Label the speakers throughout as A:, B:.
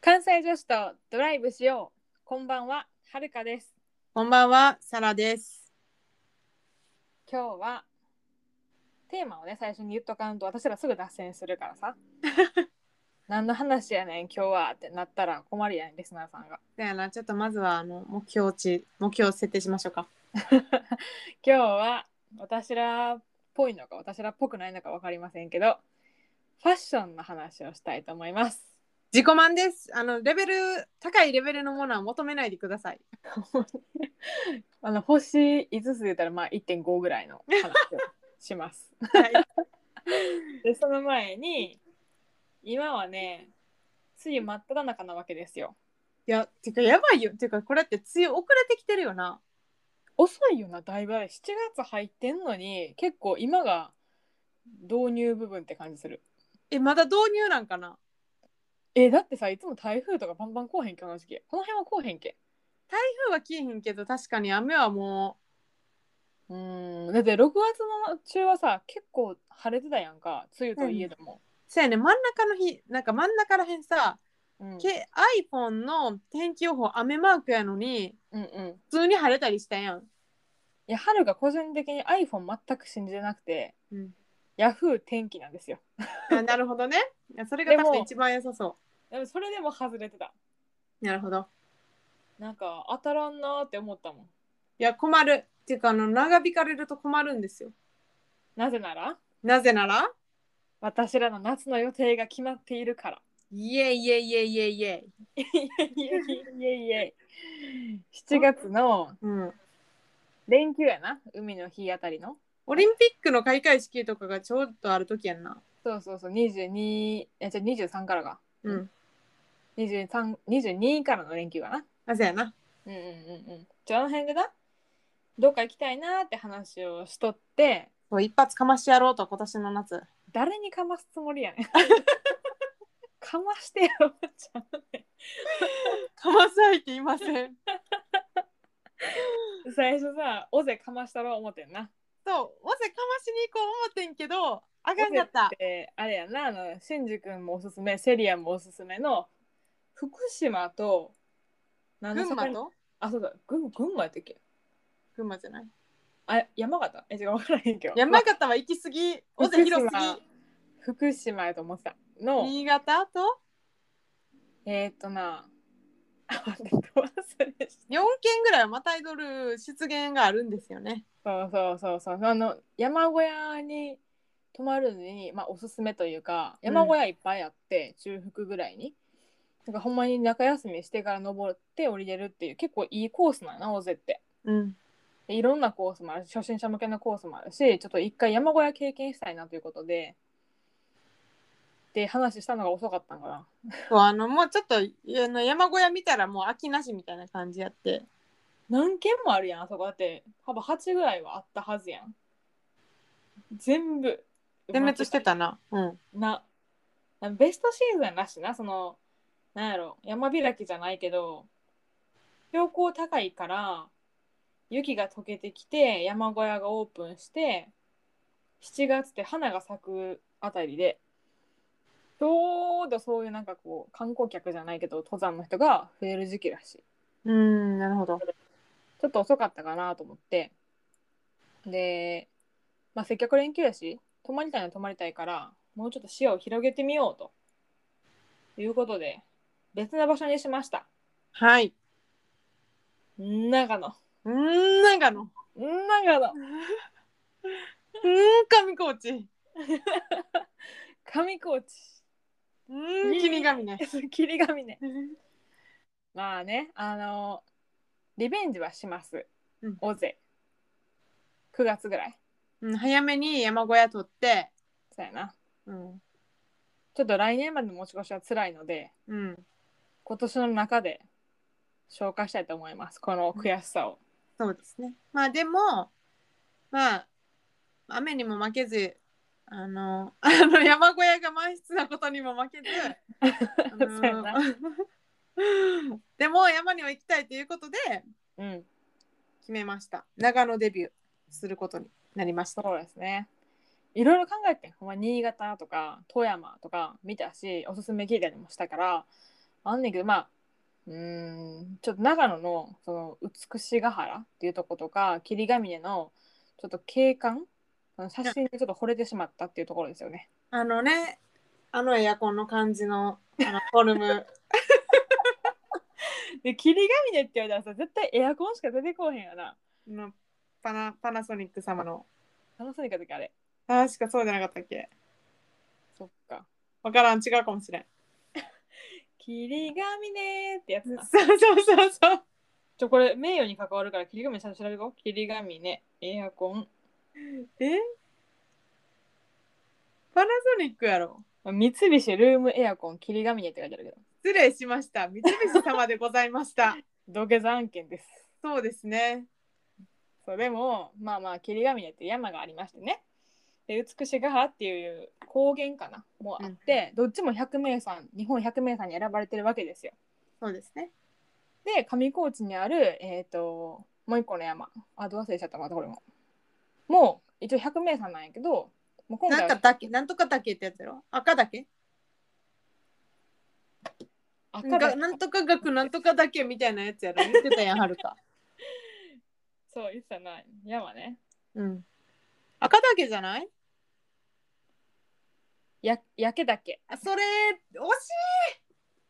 A: 関西女子とドライブしよう。こんばんは、はるかです。
B: こんばんは、サラです。
A: 今日はテーマをね、最初に言っとかんと私らすぐ脱線するから さ。何の話やねん、今日はってなったら困るやん、リスナーさんが。
B: だよな、ちょっとまずはあの目標値、目標を設定しましょうか。
A: 今日は私らっぽいのか私らっぽくないのか分かりませんけど、ファッションの話をしたいと思います。
B: 自己満です。あのレベル高いレベルのものは求めないでください。
A: あの星5つで言ったらまあ1.5ぐらいの話をします。
B: はい、
A: でその前に今はね梅雨真っ只中なわけですよ
B: いや、てかやばいよ。てかこれって梅雨遅れてきてるよな。
A: 遅いよなだいぶ7月入ってんのに結構今が導入部分って感じする
B: え、まだ導入なんかな。
A: えだってさいつも台風とかバンバン来おへんけこの時期この辺は来おへんけ
B: 台風は来えへんけど、確かに雨はも
A: うーんだって6月の中はさ結構晴れてたやんか梅雨といえども、
B: う、そうやね、真ん中の日、なんか真ん中らへんさ、
A: うん
B: け iPhone の天気予報雨マークやのに、
A: うんうんい
B: 普通に晴れたりしたやん。
A: や春が個人的に iPhone 全く信じてなくて
B: うん、
A: Yahoo 天気なんですよ
B: あなるほどね。いやそれが確か一番良さそ
A: でもそれでも外れてた
B: う。なるほど。
A: なんか当たらんなーって思ったもん
B: いや困るっていうかあの長引かれると困るんですよ
A: なぜなら
B: なぜなら
A: 私らの夏の予定が決まっているから。
B: イエイイエイイエイイエイイエ
A: い
B: イ
A: えいえいえ。7月 の
B: うん
A: 連休やな、海の日あたりの。
B: オリンピックの開会式とかがちょうどある時やんな
A: そうそうそう、22、いやじゃあ23からが。
B: うん
A: 23、22からの連休かな。
B: なぜやな
A: うんうんうんうん。じゃああの辺でな、どっか行きたいなーって話をしとって、
B: そう一発かましてやろうと今年の夏
A: 誰にかますつも りやねん。かましてよ、おばちゃん。
B: かまされていません
A: 最初さ、尾瀬かましたろう思ってんな。
B: そうわせかましに行こう思ってんけどあかんかった
A: であれやなあのしんじ君もおすすめセリアもおすすめの福島と何
B: 群
A: の境
B: 馬と
A: あそうだ群群馬やったっけ
B: 群馬じゃない
A: あ山形え違う分からへんけど
B: 山形は行き過ぎ尾瀬広すぎ
A: 福島やと思ってたの
B: 新潟と
A: えー、っとなあ待ってど忘れした
B: 4県ぐらいはまたいどる出現があるんですよね
A: そうそうそうそうあの山小屋に泊まるのに、まあ、おすすめというか
B: うん
A: 山小屋いっぱいあって、中腹ぐらいになんかほんまに中休みしてから登って降りれるっていう結構いいコースなんやな尾瀬って
B: うん
A: でいろんなコースもあるし初心者向けのコースもあるしちょっと一回山小屋経験したいなということでで話したのが遅かったんかな
B: そうあのもうちょっとあの山小屋見たらもう秋なしみたいな感じやって
A: 何軒もあるやんあそこだって幅8ぐらいはあったはずやん全部
B: 全滅してたなうん
A: ななベストシーズンらしいなそのなんやろ山開きじゃないけど標高高いから雪が溶けてきて山小屋がオープンして7月って花が咲くあたりでちょうどそういうなんかこう観光客じゃないけど登山の人が増える時期らしい
B: うんなるほど
A: ちょっと遅かったかなと思ってで、まあ、接客連休やし泊まりたいのは泊まりたいからもうちょっと視野を広げてみようということで別な場所にしました
B: はい
A: 長野
B: うーんなんかの
A: 長野
B: うーん上高地う
A: 上高地
B: ーん君神ね
A: 霧ヶ峰まあねあのリベンジはします
B: うん
A: 大勢9月ぐらい
B: うん早めに山小屋取って
A: そうやな
B: うん
A: ちょっと来年までの持ち越しは辛いので
B: うん
A: 今年の中で消化したいと思いますこの悔しさを、
B: そうですねまあでもまあ雨にも負けずあの あの山小屋が満室なことにも負けずあの
A: そうやな
B: でも山には行きたいということで
A: うん、
B: 決めました長野デビューすることになりました
A: そうですねいろいろ考えてんほんま新潟とか富山とか見たしおすすめ聞いたりもしたからあんねんけどまあうーんちょっと長野のその美しが原っていうとことか霧ヶ峰のちょっと景観あの写真にちょっと惚れてしまったっていうところですよね。
B: あのね、あのエアコンの感じのあのフォルム。
A: で霧ヶ峰って言われたらさ絶対エアコンしか出てこうへんよな。
B: のパナパナソニック様の。
A: 楽しみか時あれ。
B: 確かそうじゃなかったっけ
A: そっか。
B: わからん、違うかもしれん。
A: 霧ヶ峰ってやつ
B: そう
A: な。
B: そうそうそう。
A: ちょこれ名誉に関わるから霧ヶ峰ちゃんと調べよう。霧ヶ峰エアコン。
B: えパナソニックやろ。
A: 三菱ルームエアコン霧ヶ峰って書いてあるけど。
B: 失礼しました。三菱様でございました。
A: 土下座案件です。
B: そうですね。
A: そうでもまあまあ霧ヶ峰って山がありましてねで美しが原っていう高原かなもあって、どっちも100名山日本100名山に選ばれてるわけですよ
B: そうですね。
A: で上高地にあるえっ、ともう一個の山あどう忘れちゃったまたこれももう一応100名山なんやけどもう今
B: な
A: 回
B: んか
A: は
B: 竹、なんとか竹ってやつやろ赤竹
A: 赤
B: が
A: 岳
B: なんとか学なんとか竹みたいなやつやろ言ってたやん、はるか。
A: そう言ってたな山ね
B: うん。赤竹じゃない
A: や焼け岳
B: あ、それ、惜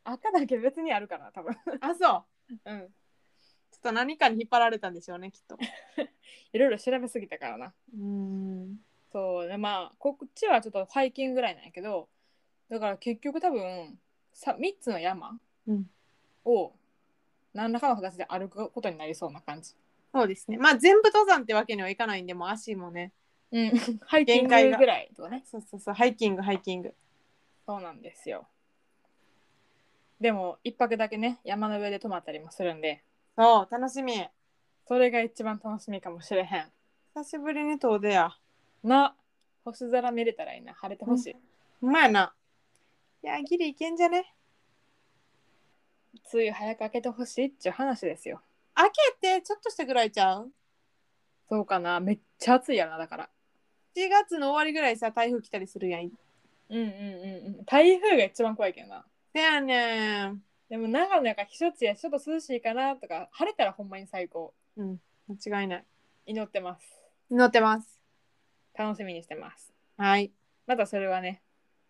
A: 赤岳別にあるから多分
B: しいあ、そう。
A: うん
B: ちょっと何かに引っ張られたんでしょうね、きっと。
A: いろいろ調べすぎたからな
B: うん。
A: そうでまあこっちはちょっとハイキングぐらいなんやけどだから結局多分さ3つの山
B: うん
A: を何らかの形で歩くことになりそうな感じ。
B: そうですね。まあ全部登山ってわけにはいかないんで、もう足もね。
A: うん、ハイキングぐ
B: 限界が
A: らいとかね
B: そうそうそう、ハイキング、ハイキング。
A: そうなんですよでも一泊だけね山の上で泊まったりもするんで
B: そう、楽しみ。久
A: それが一番楽しみかもしれへん
B: しぶりに遠出や。
A: な星空見れたらいいな晴れてほしい、
B: ほんまやな。いや、ギリいけんじゃね。
A: 梅雨早く明けてほしいっていう話ですよ
B: 開けて、ちょっとしたぐらいちゃう
A: そうかなめっちゃ暑いやろなだから
B: ?7 月の終わりぐらいさ、台風来たりするやん。
A: うんうんうんうん台風が一番怖いけどな
B: せやねん。
A: でも長野やから避暑地やしちょっと涼しいかなとか晴れたらほんまに最高
B: うん、間違いない。
A: 祈ってます
B: 乗ってます。
A: 楽しみにしてます
B: はい。
A: またそれはね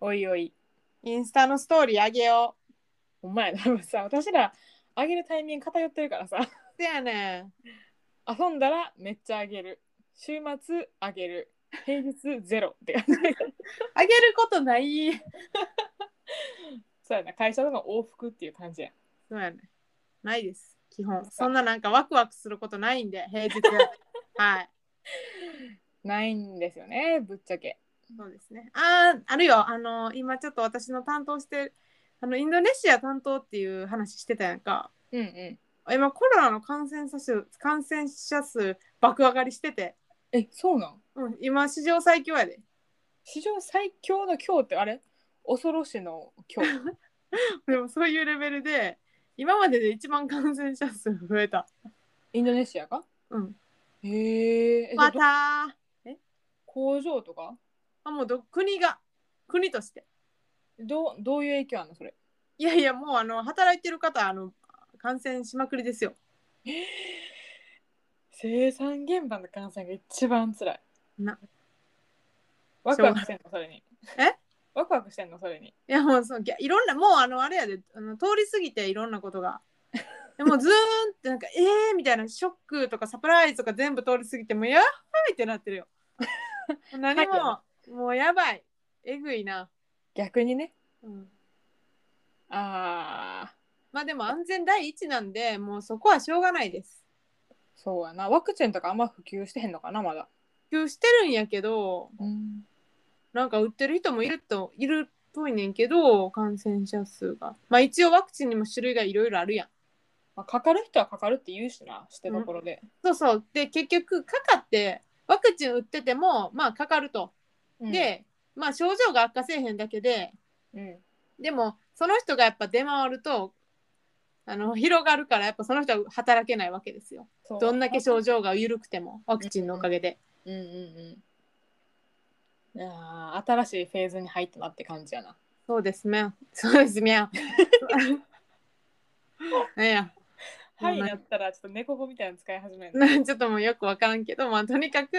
A: おいおい
B: インスタのストーリーあげよ
A: お前多分さ私らあげるタイミング偏ってるからさ
B: う。せやねん。
A: 遊んだらめっちゃあげる週末あげる平日ゼロって感じ
B: あげることない。
A: そうやな会社との往復っていう感じや
B: そうやね。ないです。基本。そんななんかワクワクすることないんで、平日。はい。
A: ないんですよねぶっちゃけ
B: そうですね。ああ、あるよ。あの、今ちょっと私の担当してる、あの、インドネシア担当っていう話してたやんか。
A: うんうん
B: 今コロナの感染者数、感染者数爆上がりしてて、
A: えそうなん
B: うん、今史上最強やで。
A: 史上最強の今日ってあれ恐ろしの今日
B: でもそういうレベルで、今までで一番感染者数増えた。
A: インドネシアか
B: うん。
A: へええ
B: またー
A: 工場とか
B: あ、もうど国が、国として。
A: どうどういう影響あるのそれ
B: いやいや、もうあの、働いてる方、あの、感染しまくりですよ。
A: 生産現場の感染が一番辛い
B: な
A: ワクワクしてんのそれに
B: え
A: ワクワクしてんのそれに
B: いやもうそういやいろんなもうあのあれやであの通り過ぎていろんなことが でもずーんってなんかえーみたいなショックとかサプライズとか全部通り過ぎてもうやばいってなって るよもう何も、
A: は
B: もうやばいえぐいな、
A: 逆にね
B: うん、
A: あー
B: まあでも安全第一なんでもうそこはしょうがないです
A: そうやなワクチンとかあんま普及してへんのかなまだ
B: 普及してるんやけど
A: うん
B: なんか売ってる人もいるといるっぽいねんけど感染者数がまあ一応ワクチンにも種類がいろいろあるやん
A: まあ、かかる人はかかるって言うしなしてところで、
B: そうそうで結局かかってワクチン打っててもまあかかると、
A: うん、
B: でまあ症状が悪化せえへんだけで
A: うん、
B: でもその人がやっぱ出回るとあの広がるからやっぱその人は働けないわけですよ
A: そう
B: どんだけ症状が緩くてもワクチンのおかげで、
A: うんうんうんあー新しいフェーズに入ったなって感じやな
B: そうですねそうですねなんや
A: は
B: う
A: い
B: ん
A: だったらちょっと猫語みたいなの使い始める
B: な ちょっともうよくわからんけど、まあ、とにかく、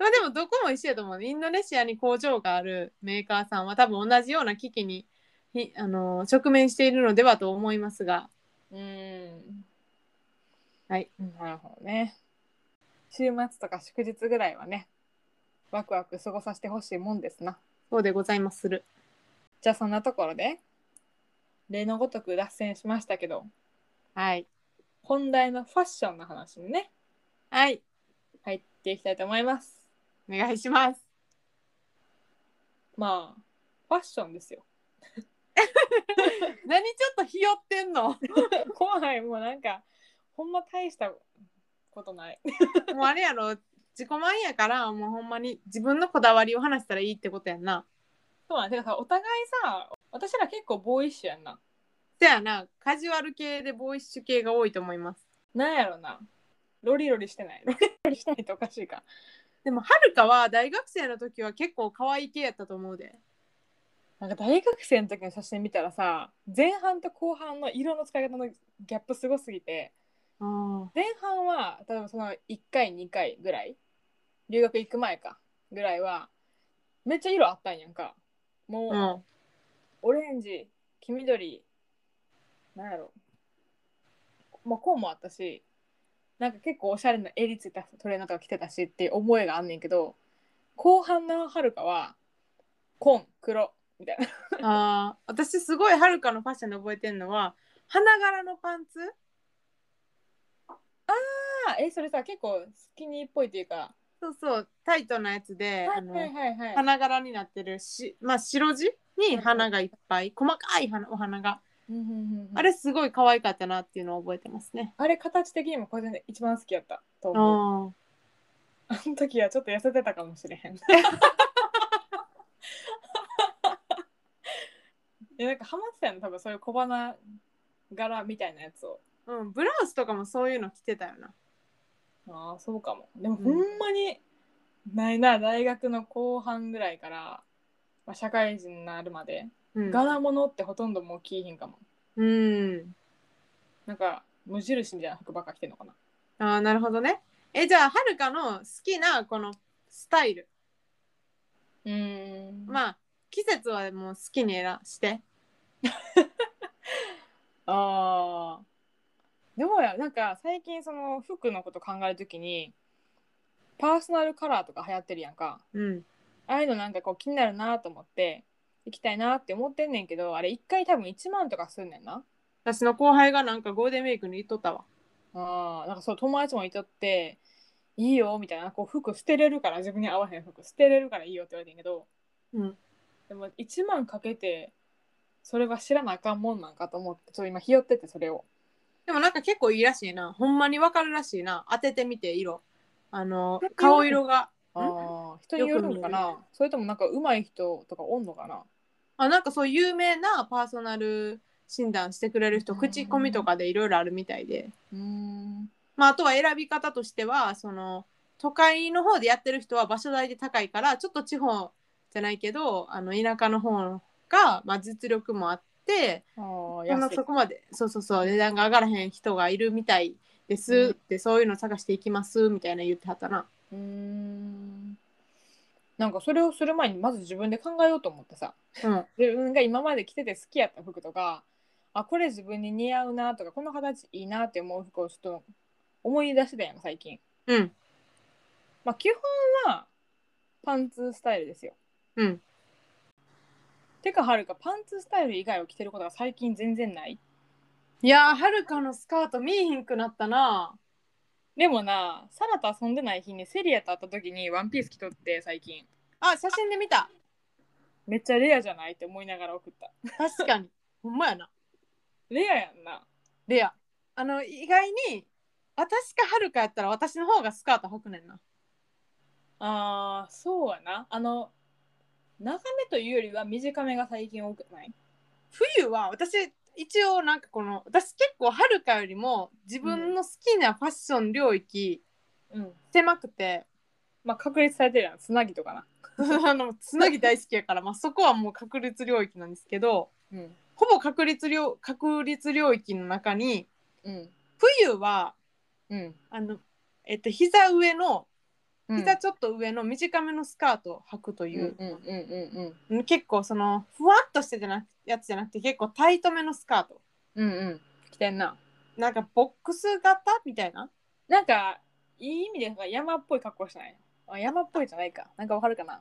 B: まあ、でもどこも一緒やと思うインドネシアに工場があるメーカーさんは多分同じような危機にひあの直面しているのではと思いますが
A: うん
B: はい
A: なるほどね週末とか祝日ぐらいはねワクワク過ごさせてほしいもんですな
B: そうでございまする
A: じゃあそんなところで例のごとく脱線しましたけど
B: はい
A: 本題のファッションの話にね
B: はい
A: 入っていきたいと思います
B: お願いします
A: まあファッションですよ
B: 何ちょっとひよってんの も
A: 怖いもうなんかほんま大したことないう
B: あれやろ自己満やからもうほんまに自分のこだわりを話したらいいってことやんな
A: そうなんてかさお互いさ私ら結構ボーイッシュやんな
B: せやなカジュアル系でボーイッシュ系が多いと思います
A: なんやろなロリロリしてないロリロリしてないっておかしいか
B: でもはるかは大学生の時は結構可愛い系やったと思うで
A: なんか大学生の時の写真見たらさ前半と後半の色の使い方のギャップすごすぎて
B: あ
A: 前半は例えばその1回2回ぐらい留学行く前かぐらいはめっちゃ色あったんやんかもう、
B: うん
A: オレンジ黄緑なんやろまあこうもあったしなんか結構おしゃれな襟ついたトレーナーとか着てたしっていう思いがあんねんけど後半のはるかは紺黒みたいな
B: あー私すごいはるかのファッションで覚えてるのは花柄のパンツ
A: あえそれさ結構スキニーっぽいっていうか
B: そうそうタイトなやつで、
A: はい
B: あの
A: はいはいはい
B: 花柄になってるし、まあ、白地に花がいっぱい細かい花お花が、
A: うんうんうんうん
B: あれすごい可愛かったなっていうのを覚えてますね。
A: あれ形的にも個人で一番好きやったと
B: う
A: 思うんあの時はちょっと痩せてたかもしれへん いやなんかハマってたの多分そういう小花柄みたいなやつを
B: うん、ブラウスとかもそういうの着てたよな。
A: ああそうかもでも
B: うん
A: ほんまにないな大学の後半ぐらいから、まあ、社会人になるまで、
B: うん、
A: 柄物ってほとんどもう着いひんかも
B: うん、
A: なんか無印みたいな服ばっか着てんのかな
B: あーなるほどね。えじゃあはるかの好きなこのスタイル
A: うんま
B: まあ季節はもう好きに選して。
A: ああーどうやなんか最近その服のこと考えるときにパーソナルカラーとか流行ってるやんか
B: うん
A: ああいうのなんかこう気になるなと思って行きたいなって思ってんねんけどあれ一回多分1万とかすんねんな
B: 私の後輩がなんかゴールデンウィークに行っとったわ。
A: あーなんかそう友達もいとっていいよみたいなこう服捨てれるから自分に合わへん服捨てれるからいいよって言われてんけど
B: うん、
A: でも1万かけてそれは知らなあかんもんなんかと思ってちょっと今ひよっててそれを
B: でもなんか結構いいらしいな。ほんまにわかるらしいな。当ててみて色。あの顔色が。
A: ああ人によるんか
B: よ
A: なそれともなんか上手い人とかおんのかな
B: あなんかそう有名なパーソナル診断してくれる人
A: うん
B: 口コミとかでいろいろあるみたいで、
A: うーん
B: まあ、あとは選び方としてはその都会の方でやってる人は場所代で高いからちょっと地方じゃないけどあの田舎の方が、まあ、実力もあって
A: ああ
B: そんな
A: 安い
B: そこまでそうそうそう値段が上がらへん人がいるみたいです、
A: うん
B: でそういうの探していきますみたいな言ってはったな。
A: うーんなんかそれをする前にまず自分で考えようと思ってさ
B: うん
A: 自分が今まで着てて好きやった服とかあこれ自分に似合うなとかこの形いいなって思う服をちょっと思い出してたやん最近、
B: うん
A: まあ、基本はパンツスタイルですよ
B: うん
A: てかはるかパンツスタイル以外を着てることが最近全然ない
B: いやーはるかのスカート見えへんくなったな
A: でもなサラと遊んでない日にセリアと会った時にワンピース着とって最近
B: あ写真で見た
A: めっちゃレアじゃないって思いながら送った
B: 確かに ほんまやな
A: レアやんな
B: レアあの意外に私かはるかやったら私の方がスカート履くねんな
A: あーそうやなあの長めというよりは短めが最近多くない
B: 冬は私一応なんかこの私結構はるかよりも自分の好きなファッション領域
A: うん
B: 狭くて、
A: まあ確立されてるやんつなぎとかな
B: あのつなぎ大好きやから、まあ、そこはもう確率領域なんですけど
A: うん
B: ほぼ確率領確率領域の中に
A: うん
B: 冬は
A: うん
B: あの、えっと、膝上の
A: うん
B: 膝ちょっと上の短めのスカートを履くと
A: う
B: い
A: ん
B: う、
A: うんうんうん
B: 結構そのふわっとしててなやつじゃなくて結構タイトめのスカート
A: うんうん来てんな
B: なんかボックス型みたいな
A: なんかいい意味でさ山っぽい格好してないあ山っぽいじゃないかなんかわかるかな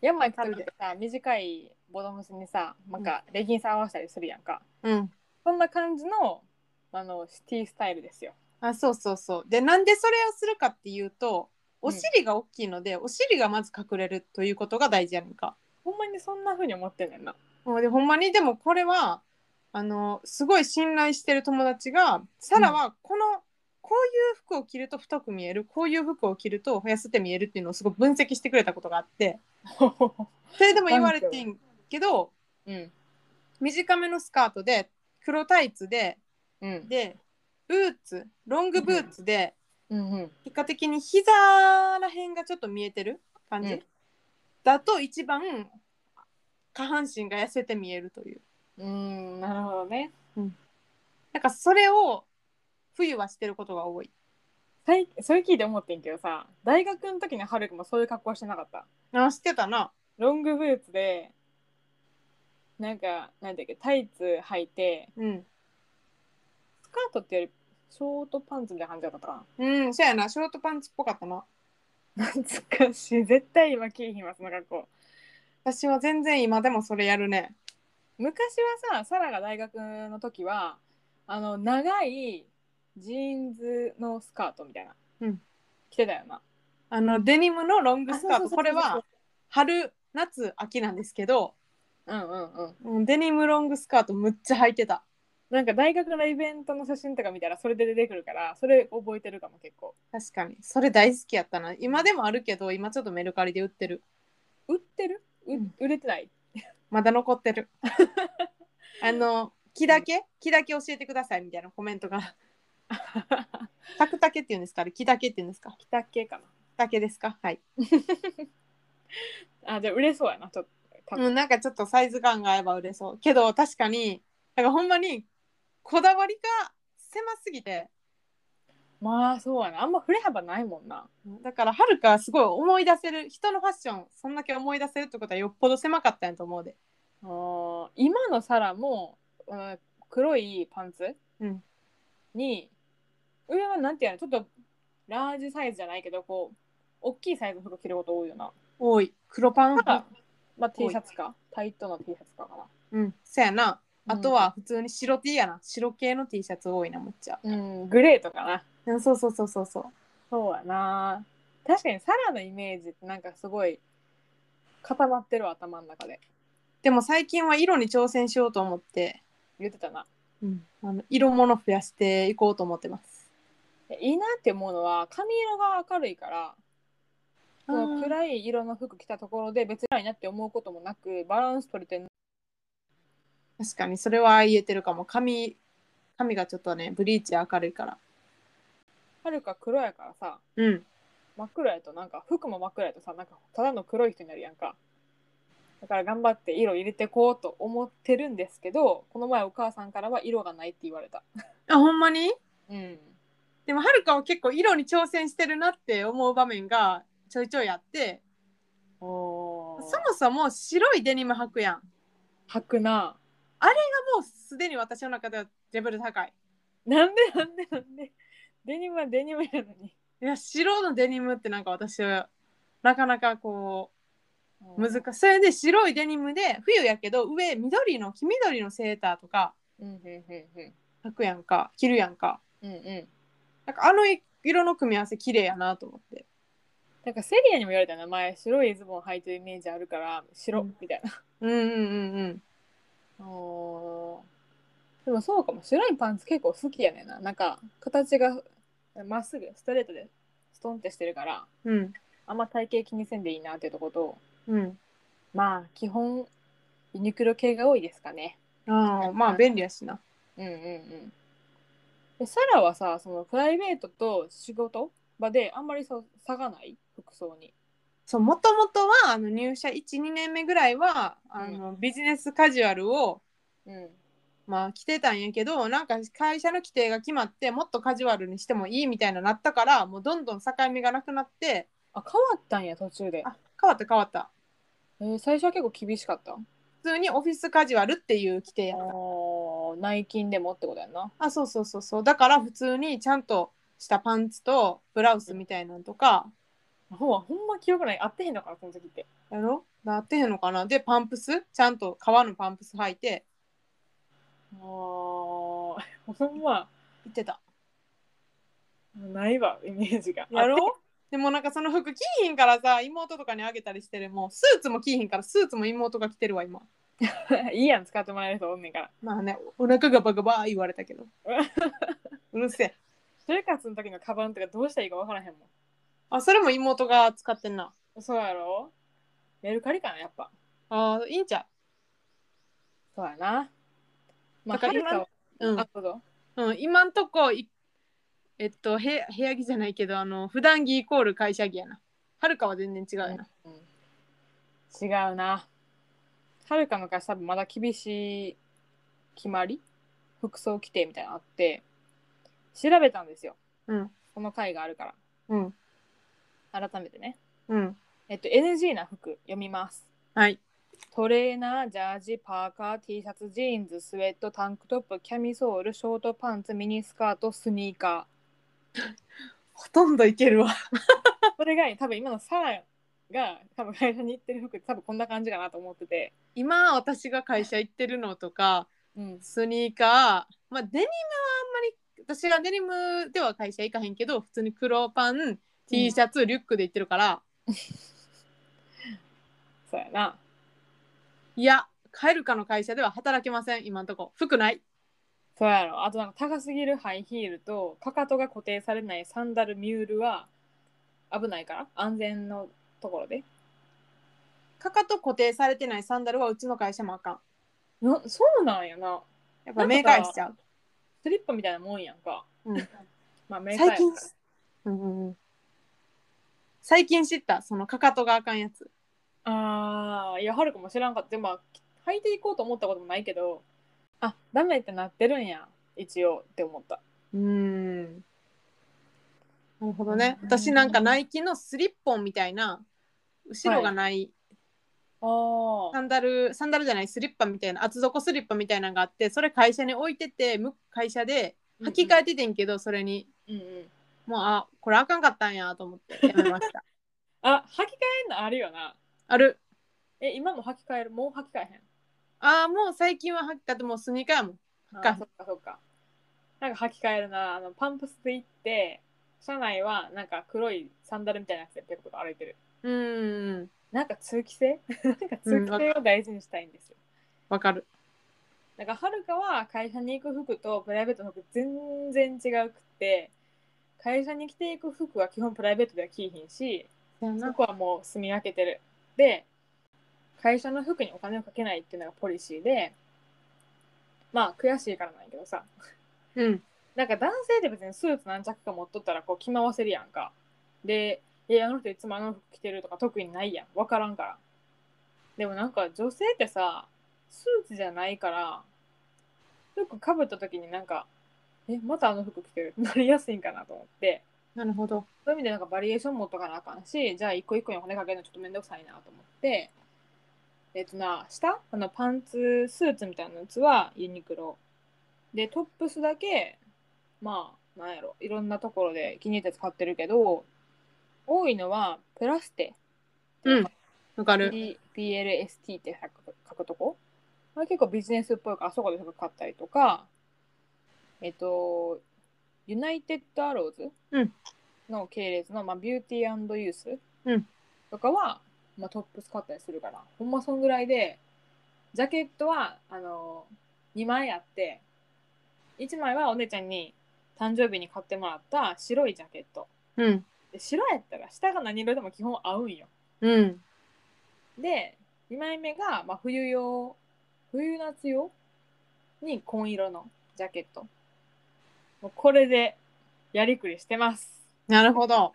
A: 山行く時ってさ短いボトムスにさなんかレギンス合わせたりするやんか、
B: うん
A: そんな感じのあのシティスタイルですよ
B: あそうそうそうでなんでそれをするかっていうとお尻が大きいので、お尻がまず隠れるということが大事やねんか
A: ほんまにそんな風に思ってんねんな
B: もうでほんまにでもこれはあのすごい信頼してる友達がサラはこの、こういう服を着ると太く見えるこういう服を着ると痩せて見えるっていうのをすごい分析してくれたことがあってそれでも言われてんけど
A: うん
B: 短めのスカートで黒タイツで
A: うん
B: でブーツロングブーツで、
A: うんうん
B: 結果的に膝らへんがちょっと見えてる感じ、
A: うん
B: だと一番下半身が痩せて見えるという
A: うーんなるほどね
B: なんかそれを冬はしてることが多い
A: 最それ聞いて思ってんけどさ大学の時のハルくんもそういう格好してなかった
B: あしてたな
A: ロングブーツでなんかなんだっけタイツ履いて
B: うん
A: スカートってよりショートパンツみたいな感じだったか
B: うんそうやなショートパンツっぽかったな
A: な 懐かしい絶対今着いひんわその格好
B: 私は全然今でもそれやるね
A: 昔はさサラが大学の時はあの長いジーンズのスカートみたいな、
B: うん
A: 着てたよな
B: あのデニムのロングス
A: あ
B: カー
A: そうそうそうそう
B: トこれは春夏秋なんですけど
A: うんうんうん
B: うんデニムロングスカートむっちゃ履いてた
A: なんか大学のイベントの写真とか見たらそれで出てくるからそれ覚えてるかも結構
B: 確かにそれ大好きやったな今でもあるけど今ちょっとメルカリで売ってる
A: 売ってるう、
B: うん
A: 売れてない
B: まだ残ってる あの木だけ木だけ教えてくださいみたいなコメントがタクタケっていうんですかあれ木だけっていうんですか
A: 着た系か
B: だけですかはい、
A: なあじゃあ売れそうやなちょっと、
B: うん、なんかちょっとサイズ感が合えば売れそうけど確かになんかほんまにこだわりが狭すぎて
A: まあそうやなあんま振れ幅ないもんな
B: だからはるかはすごい思い出せる人のファッションそんだけ思い出せるってことはよっぽど狭かったんやと思うで
A: あー今のサラも、うん、黒いパンツ、
B: うん
A: に上はなんていうのちょっとラージサイズじゃないけどこう大きいサイズの服着ること多いよな、
B: 多い黒パン
A: ただまあ、
B: 多い
A: T シャツかタイトの T シャツかかな
B: うんそやなあとは
A: うん
B: 普通に白 T やな白系の T シャツ多いなもっちゃ
A: うん、グレーとかな
B: うんそうそうそうそうそう
A: そうやな確かにサラのイメージってなんかすごい固まってるわ頭の中で
B: でも最近は色に挑戦しようと思って、
A: 言ってたな
B: あの色物増やしていこうと思ってます。
A: えいいなって思うのは髪色が明るいからその
B: 暗い
A: 暗い色の服着たところで別に暗いなって思うこともなくバランス取れてん
B: 確かにそれは言えてるかも髪髪がちょっとねブリーチ明るいから。
A: はるか黒やからさ
B: うん
A: 真っ黒やとなんか服も真っ黒やとさなんかただの黒い人になるやんかだから頑張って色入れてこうと思ってるんですけどこの前お母さんからは色がないって言われた
B: あほんまに
A: うん
B: でもはるかは結構色に挑戦してるなって思う場面がちょいちょいあって
A: お
B: そ
A: そ
B: もそも白いデニム履くやんが
A: はくな
B: もうすでに私の中ではレベル高い。
A: なんでなんでなんでデニムはデニムやのに
B: いや白のデニムってなんか私はなかなかこう難しいそれで白いデニムで冬やけど上緑の黄緑のセーターとか
A: うんうんうんうん
B: 履くやんか着るやんか
A: うんうん
B: なんかあの色の組み合わせ綺麗やなと思って
A: なんかセリアにも言われたよな前白いズボン履いてるイメージあるから白
B: うん
A: みたいな、
B: うんうんうんうん
A: おーでもそうかも白いパンツ結構好きやねんななんか形がまっすぐストレートでストンってしてるから
B: うん
A: あんま体型気にせんでいいなっていうとこと
B: うん
A: まあ基本ユニクロ系が多いですかね
B: ああまあ便利やしな
A: うんうんうんでサラはさそのプライベートと仕事場であんまりそう差がない服装に
B: そうもともとはあの入社12年目ぐらいはあの、ビジネスカジュアルを
A: うん。
B: まあ着てたんやけどなんか会社の規定が決まってもっとカジュアルにしてもいいみたいななったからもうどんどん境目がなくなって
A: あ、変わったんや、途中で。
B: あ変わった変わった
A: えー最初は結構厳しかった。あ
B: 普通にオフィスカジュアルっていう規定やった
A: あ、内勤でもってことやんな。
B: あそうそうそうそうだから普通にちゃんとしたパンツとブラウスみたいなんとか
A: ほわ、ほんま記憶ない。合ってへんのかな、その時って。
B: やろなってへんのかなでパンプスちゃんと革のパンプス履いて
A: ああ、ほんま、
B: 行ってた
A: ないわ、イメージが。
B: やろでもなんかその服着いひんからさ妹とかにあげたりしてるもうスーツも着いひんからスーツも妹が着てるわ今
A: 合っていいやん、使ってもらえる人おんねんから。
B: まあねお腹がバガバー言われたけ どうるせえ
A: 就活の時のカバンとかどうしたらいいかわからへんも。
B: あそれも妹が使ってんなん
A: そうやろメルカリかな、やっぱ。
B: あーいいんちゃ
A: そうやな。まあ、
B: だか
A: は
B: ら
A: る
B: 今
A: かは、
B: ううん
A: あ、そうぞ。
B: うん、今んとこいえっと部屋部屋着じゃないけどあの普段着イコール会社着やなはるかは全然違うよな、
A: 違うな。はるかの会社多分まだ厳しい決まり服装規定みたいなのあって、調べたんですよ。
B: うん
A: この回があるか
B: うん
A: ら。改めてね。
B: うん
A: えっと、NG な服読みます。
B: はい
A: トレーナー、ジャージ、パーカー、T シャツ、ジーンズ、スウェット、タンクトップ、キャミソール、ショートパンツ、ミニスカート、スニーカ
B: ほとんどいけるわ
A: ー。それが多分今のサラが多分会社に行ってる服多分こんな感じかなと思ってて。
B: 今私が会社行ってるのとか
A: うん。
B: スニーカーまあデニムはあんまり私がデニムでは会社行かへんけど普通に黒パン T シャツ、リュックで行ってるから
A: そうやな。
B: いや帰るかの会社では働けません今んとこ服ない
A: そうやろ。あとなんか高すぎるハイヒールと、かかとが固定されないサンダル、ミュールは危ないから、安全のところで。
B: かかと固定されてないサンダルはうちの会社もあかん
A: なそうなんやな。
B: やっぱ目返しちゃう、
A: スリッパみたいなもんやんか。
B: うん
A: まあ、メーカーや
B: 最
A: か
B: 近
A: ら、
B: うんうんうん、最近知ったそのかかとがあかんやつ
A: ああ、いや、はるかも知らんかった。でも、まあ、履いていこうと思ったこともないけど、あ、ダメってなってるんや、一応って思った。
B: うんなるほどね
A: うん
B: 私なんかナイキのスリッポンみたいな後ろがない
A: あ
B: サンダル、サンダルじゃないスリッパみたいな厚底スリッパみたいなのがあってそれ会社に置いててむ会社で履き替えててんけど、それに
A: え。うんうん。
B: もうあこれあかんかったんやと思ってやめました
A: あ、履き替えんのあるよな。
B: ある
A: え、今も履き替えるもう履き替えへん。
B: あーもう最近は履きだってもうスニーカーやもん
A: あ
B: か
A: そっかそっか。なんか履き替えるな。あのパンプスで行って、車内はなんか黒いサンダルみたいなやつでペコペコ歩いてる。
B: うん
A: なんか通気性 なんか通気性を大事にしたいんですよ。
B: わかる
A: だからはるかは会社に行く服とプライベートの服全然違うくって、会社に着ていく服は基本プライベートでは着いひんし、
B: や
A: そ
B: な
A: こはもう住み分けてる。で、会社の服にお金をかけないっていうのがポリシーで、まあ悔しいからなんやけどさ、
B: うん
A: なんか男性で別にスーツ何着か持っとったらこう着回せるやんか。で、いや、あの人いつもあの服着てるとか特にないやん。わからんから。でもなんか女性ってさ、スーツじゃないから、よくかぶった時になんか、え、またあの服着てるって なりやすいんかなと思って、
B: なるほど
A: そういう意味でなんかバリエーション持っとかなあかんし、じゃあ一個一個にお金かけるのちょっとめんどくさいなと思って、えっとな、下あのパンツ、スーツみたいなやつはユニクロ。で、トップスだけ、まあ、なんやろ、いろんなところで気に入ったやつ買ってるけど、多いのはプラステ。
B: うんわかる
A: P- PLST って書く書くとこあれ結構ビジネスっぽいからあそこで服買ったりとかえっとユナイテッドアローズ
B: うん
A: の系列の、まあ、ビューティーユース
B: うん
A: とかは、まあ、トップス買ったりするからほんまそんぐらいでジャケットはあの2枚あって1枚はお姉ちゃんに誕生日に買ってもらった白いジャケット
B: うん
A: で白やったら下が何色でも基本合うんよ
B: うん
A: で2枚目が、まあ、冬用冬夏用に紺色のジャケットもうこれでやりくりしてます
B: なるほど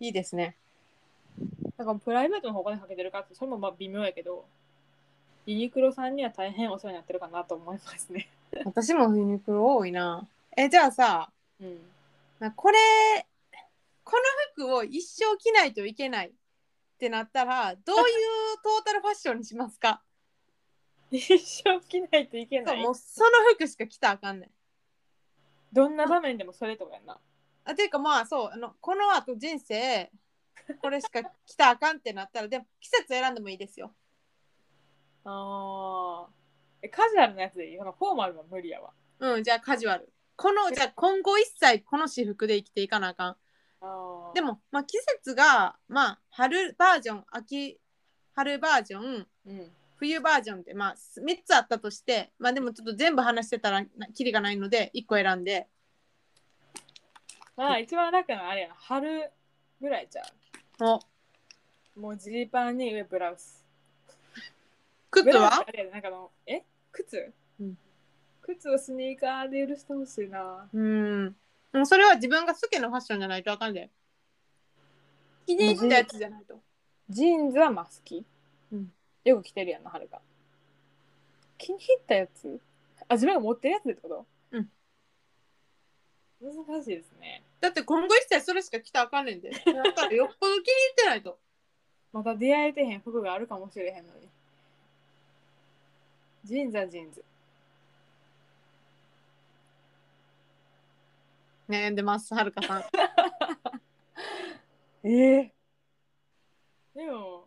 B: いいですね
A: だからプライベートの方お金かけてるかってそれもまあ微妙やけどユニクロさんには大変お世話になってるかなと思いますね。
B: 私もユニクロ多いな。え、じゃあさ、
A: うん、
B: なこれこの服を一生着ないといけないってなったらどういうトータルファッションにしますか
A: 一生着ないといけ
B: そ
A: な
B: う
A: い
B: も。うその服しか着たらあかんねん。
A: どんな場面でもそれとかやんな。
B: あていうかまあそうあのこのあと人生これしか着たらあかんってなったらでも季節選んでもいいですよ。
A: あーえカジュアルなやつでいいそのフォーマルは無理やわ。
B: うんじゃあカジュアル。このじゃあ今後一切この私服で生きていかなあかん。
A: あー
B: で、も、まあ、季節が、まあ、春バージョン秋春バージョン
A: うん、
B: 冬バージョンって、まあ、3つあったとして、まあ、でもちょっと全部話してたらなキリがないので1個選んで
A: まあ一番楽なのはあれやな春ぐらいじゃ
B: お
A: うもうジーパンに上ブラウス。
B: 靴
A: ブラウス
B: は
A: あれやでなんかあのえ靴、
B: うん
A: 靴をスニーカーで許してほしいな。
B: うんもうそれは自分が好きなファッションじゃないとあかんで気に入ったやつじゃないと
A: ジーンズはまあ好き。
B: うん
A: よく着てるやんな、春が。気に入ったやつあ、自分が持ってるやつでってこと
B: うん。
A: 難しいですね。
B: だって今後一切それしか着たらあかんねんでだからよっぽど気に入ってないと
A: また出会えてへん服があるかもしれへんのに。ジーンズはジーンズ。
B: 悩んでますはるかさん
A: ええでも、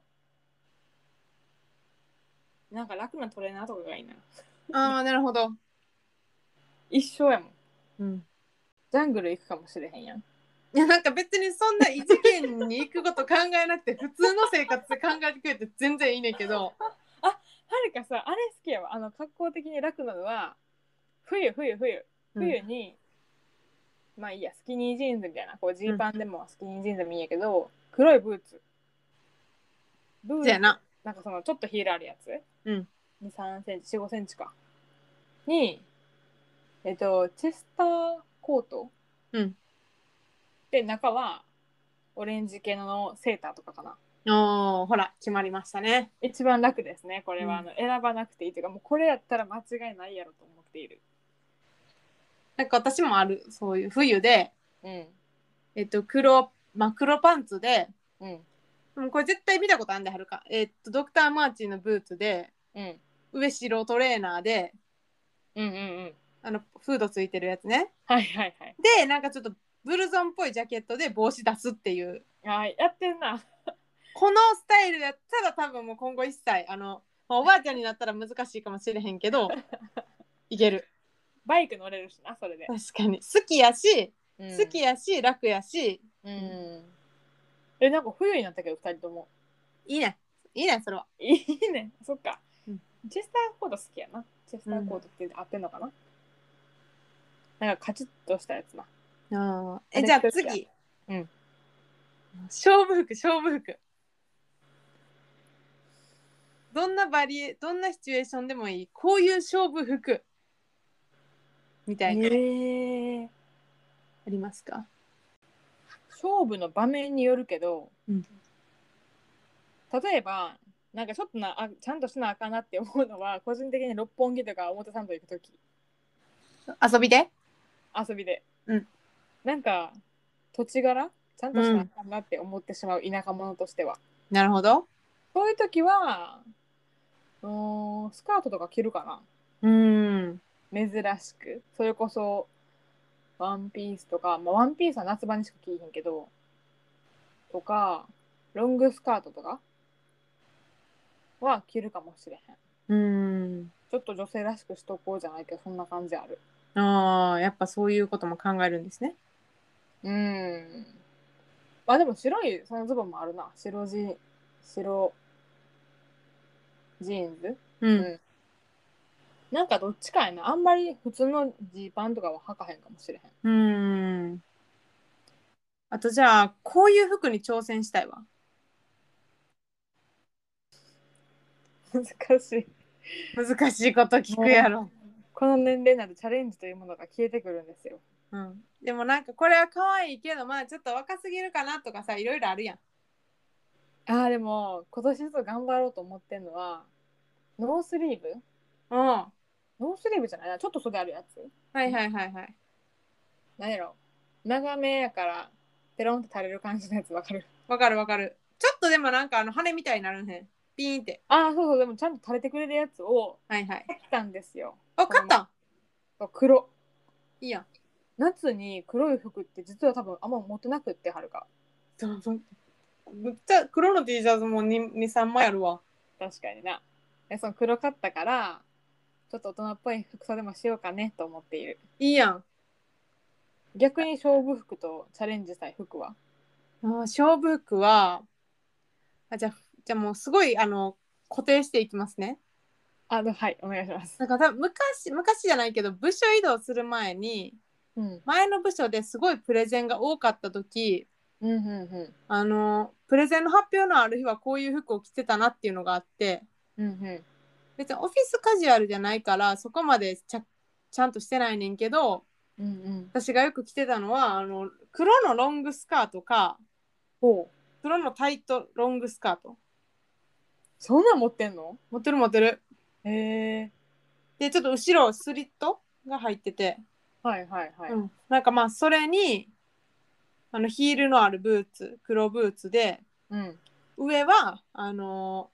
A: なんか楽なトレーナーとかがいいな。
B: ああなるほど、
A: 一生やもん。
B: うん、
A: ジャングル行くかもしれへんやん。
B: いやなんか別にそんな異次元に行くこと考えなくて普通の生活で考えてくれて全然いいねんけど
A: はるかさあれ好きやわあの格好的に楽なのは冬冬冬冬に、まあいいやスキニージーンズみたいなこうジーパンでもスキニージーンズでもいいんやけど、黒いブーツブー
B: じゃ
A: ツ
B: あな
A: なんかそのちょっとヒールあるやつ、
B: うん、
A: 2 3センチ4 5センチかにえっとチェスターコート、
B: うん、
A: で中はオレンジ系のセーターとかかな
B: おーほら決まりましたね
A: 一番楽ですねこれは、
B: うん
A: あの選ばなくていいというかもうこれやったら間違いないやろと思っている
B: なんか私もあるそういう冬で、
A: うん
B: えっと、黒真っ黒パンツで
A: うん
B: もうこれ絶対見たことあんではるか、えっと、ドクター・マーチンのブーツで
A: うん
B: 上白トレーナーで
A: うんうん
B: あのフードついてるやつね
A: はいはいはい
B: でなんかちょっとブルゾンっぽいジャケットで帽子出すっていう
A: はいやってんな
B: このスタイルやったら多分もう今後一切あの、まあおばあちゃんになったら難しいかもしれへんけどいける
A: バイク乗れるしなそれで、
B: 確かに好きやし、好
A: 好
B: き
A: き
B: やし楽やし
A: うんえなんか冬になったけど2人とも
B: いいねいいねそれはい
A: いねそっか、
B: うん
A: チェスターコード好きやなチェスターコードって合ってんのかな、なんかカチッとしたやつな
B: あ
A: あ
B: え
A: れ
B: じゃあ
A: 一つや
B: 次、
A: うん、
B: 勝負服勝負服どんなバリエどんなシチュエーションでもいいこういう勝負服みたいなあ
A: へえ
B: りますか、
A: 勝負の場面によるけど、
B: うん
A: 例えばなんかちょっとなあちゃんとしなあかんなって思うのは個人的に六本木とか表参道行く時
B: 遊びで
A: 遊びで、
B: うん
A: なんか土地柄ちゃんとしなあかんなって思ってしまう田舎者としては、
B: なるほど
A: そういう時はうーんスカートとか着るか
B: うん
A: な珍しくそれこそワンピースとか、まあ、ワンピースは夏場にしか着いへんけどとかロングスカートとかは着るかもしれへん
B: うん
A: ちょっと女性らしくしとこうじゃないけどそんな感じある
B: ああやっぱそういうことも考えるんですね
A: うんまあでも白いそのズボンもあるな白地白ジーンズ
B: うん、
A: うんなんかどっちかやなあんまり普通のジーパンとかは履かへんかもしれへん
B: うーん。あとじゃあ、こういう服に挑戦したいわ。
A: 難しい
B: 難しいこと聞くやろ。
A: この年齢になるチャレンジというものが消えてくるんですよ
B: うん、でもなんかこれは可愛いけど、まあちょっと若すぎるかなとかさ、いろいろあるやん。
A: あーでも今年ちょっと頑張ろうと思ってんのはノースリーブ
B: うん。は
A: ノースリーブじゃないなちょっと袖あるやつ
B: いはいはいはい。
A: 何やろ長めやからペロンって垂れる感じのやつわかる
B: わかるわかる。ちょっとでもなんかあの羽みたいになるへん。ピーンって。
A: ああそうそうでもちゃんと垂れてくれるやつを
B: はいはい。
A: 買ったんですよ
B: あ、買ったん
A: 黒
B: いいやん。
A: 夏に黒い服って実は多分あんま持ってなくってはるか
B: そうそうむっちゃ黒の T シャツも2、2 3枚あるわ。
A: 確かになえその黒かったからちょっと大人っぽい服装でもしようかねと思っている
B: いいやん。
A: 逆に勝負服とチャレンジしたい服は
B: あー勝負服は、あじゃあ、じゃあもうすごいあの固定していきますね。
A: あのはいお願いします
B: なんか多分昔、昔じゃないけど、部署移動する前に、
A: うん
B: 前の部署ですごいプレゼンが多かった時、
A: うんうん
B: あの、プレゼンの発表のある日はこういう服を着てたなっていうのがあって、
A: うんうんうん
B: 別にオフィスカジュアルじゃないから、そこまでちゃちゃんとしてないねんけど、
A: うんうん
B: 私がよく着てたのは、あの、黒のロングスカートか、
A: ほう
B: 黒のタイトロングスカート。
A: そんなん持ってんの
B: 持ってる持ってる。
A: へえ
B: でちょっと後ろスリットが入ってて、
A: はいはいはい、
B: うんなんかまあそれにあのヒールのあるブーツ黒ブーツで
A: うん
B: 上はあの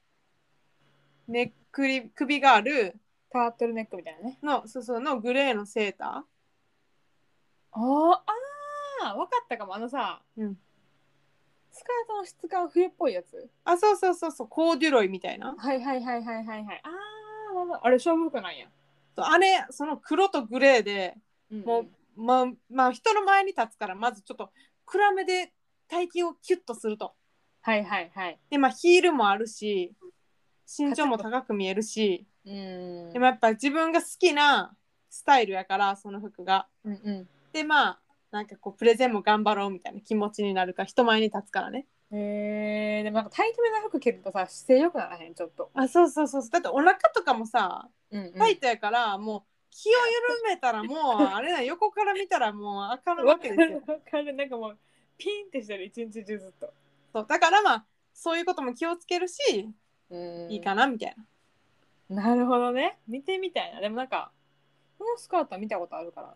B: ーネックリ首がある
A: タートルネックみたいなね
B: のそうそうのグレーのセータ
A: あーあーわかったかもあのさ、
B: うん
A: スカートの質感冬っぽいやつ
B: ーあそうそうそうそうコーデュロイみたいな
A: はいはいはいはいはいはいあーなるほどあれ勝負服なんや、
B: あれその黒とグレーで
A: うん
B: もう、まあ、まあ人の前に立つからまずちょっと暗めで体型をキュッとすると
A: はいはいはい
B: でまあヒールもあるし身長も高く見えるし
A: うん
B: でもやっぱ自分が好きなスタイルやからその服が。
A: うんう
B: でまあなんかこうプレゼンも頑張ろうみたいな気持ちになるから人前に立つからね。
A: んへえでもなんかタイトめな服着るとさ姿勢良くならへんちょっと、
B: あそうそうそうだってお腹とかもさ
A: うんうん
B: タイトやから、もう気を緩めたらもうあれだ横から見たらもうあかんわ
A: わ
B: け
A: か
B: ですよ
A: る。わかるなんかもうピンってしてる一日中ずっと
B: そうだからまあそういうことも気をつけるし
A: うん
B: いいかなみたい な。
A: なるほどね見てみたいなでもなんかこのスカートは見たことあるから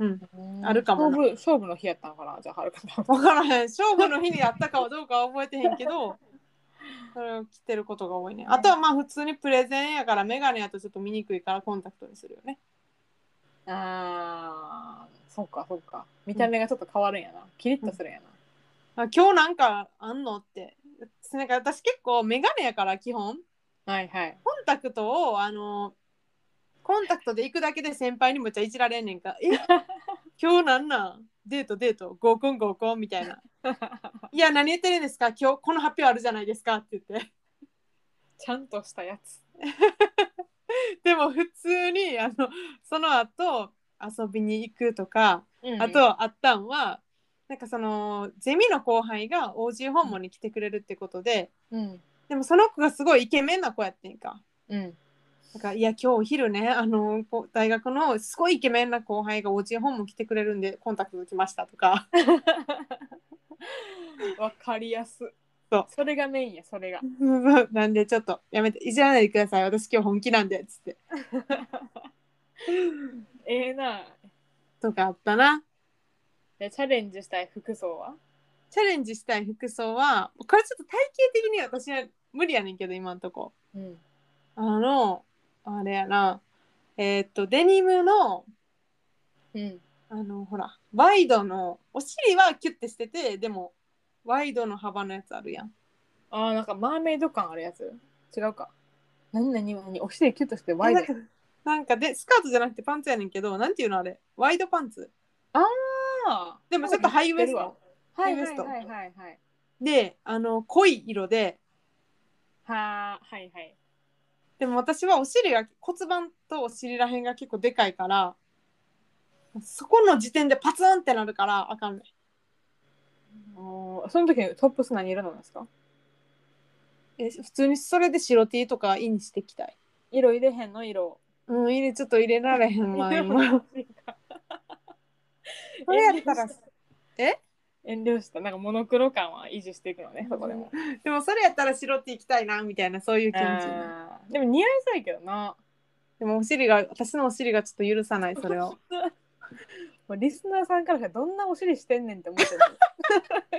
B: うん、
A: うん
B: あるかもな
A: 勝負勝負の日やったんかなじゃあはるかな
B: 分からへん勝負の日にやったかはどうかは覚えてへん けどそれを着てることが多いねあとはまあ普通にプレゼンやから眼鏡やとちょっと見にくいからコンタクトにするよね
A: あーそっかそっか見た目がちょっと変わるんやな、キリッとするんやな、
B: あ今日なんかあんのってなんか私結構眼鏡やから基本
A: はいはい
B: コンタクトをあのコンタクトで行くだけで先輩にむっちゃいじられんねんか「え今日なんなんデートデート合コン合コン」みたいな「いや何言ってるんですか今日この発表あるじゃないですか」って言って
A: ちゃんとしたやつ
B: でも普通にあのその後遊びに行くとかあ
A: は
B: とあったんはなんかそのゼミの後輩が OG 訪問に来てくれるってことで
A: うん
B: でもその子がすごいイケメンな子やってんか。
A: うん
B: なんかいや今日お昼ねあのこう大学のすごいイケメンな後輩がおうち訪問来てくれるんでコンタクト来ましたとか
A: わかりやす
B: そう
A: それがメインやそれが
B: なんでちょっとやめていじらないでください私今日本気なんでっつって
A: ええな
B: とかあったな
A: でチャレンジしたい服装は
B: チャレンジしたい服装はこれちょっと体型的に私は無理やねんけど今んとこ
A: うん
B: あのあれやなえーっとデニムの
A: うん
B: あのほらワイドのお尻はキュッてしててでもワイドの幅のやつあるやん
A: あーなんかマーメイド感あるやつ違うか何何何お尻キュッとしてワイ
B: なん
A: ド
B: かなんかでスカートじゃなくてパンツやねんけどなんていうのあれワイドパンツ
A: あー
B: でもちょっとハイウエス
A: 知ってるわ
B: ト
A: はい
B: ハイウ
A: は
B: エ
A: い
B: スト
A: はいはいはい
B: であの濃い色で
A: はーはいはい
B: でも私はお尻が骨盤とお尻らへんが結構でかいからそこの時点でパツンってなるからあかんね
A: おーその時トップス何色なんですか
B: んえ普通にそれで白 T とかインしてきたい
A: 色入れへんの色
B: うん入れちょっと入れられへん わ今それやったら
A: 遠慮したなんかモノクロ感は維持していくのねそこでも
B: でもそれやったら白 T 着たいなみたいなそういう気持ちになる
A: あでも似合いそうやけどな。
B: でもお尻が私のお尻がちょっと許さないそれを
A: もうリスナーさんからしたらどんなお尻してんねんって思ってる。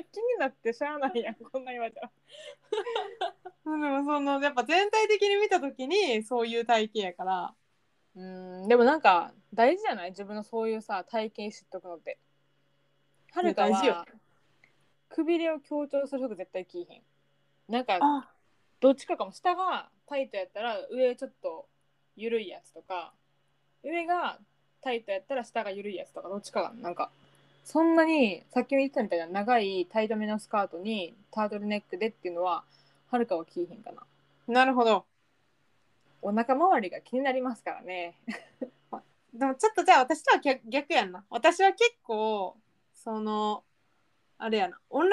A: 気になってしゃあないやん、こんな言われたら。
B: うんでもそのやっぱ全体的に見た時にそういう体型やから
A: うん、でもなんか大事じゃない自分のそういうさ、体型知っとくのって。はるか
B: いや大事よ
A: は、くびれを強調する服絶対着いひん。なんか、
B: あ
A: どっちかかも下がタイトやったら上ちょっと緩いやつとか上がタイトやったら下が緩いやつとかどっちかがなんかそんなにさっきも言ってたみたいな長いタイトめのスカートにタートルネックでっていうのははるかは着いひんかな
B: なるほど
A: お腹周りが気になりますからね
B: でもちょっとじゃあ私とは逆逆やんな私は結構そのあれやなおな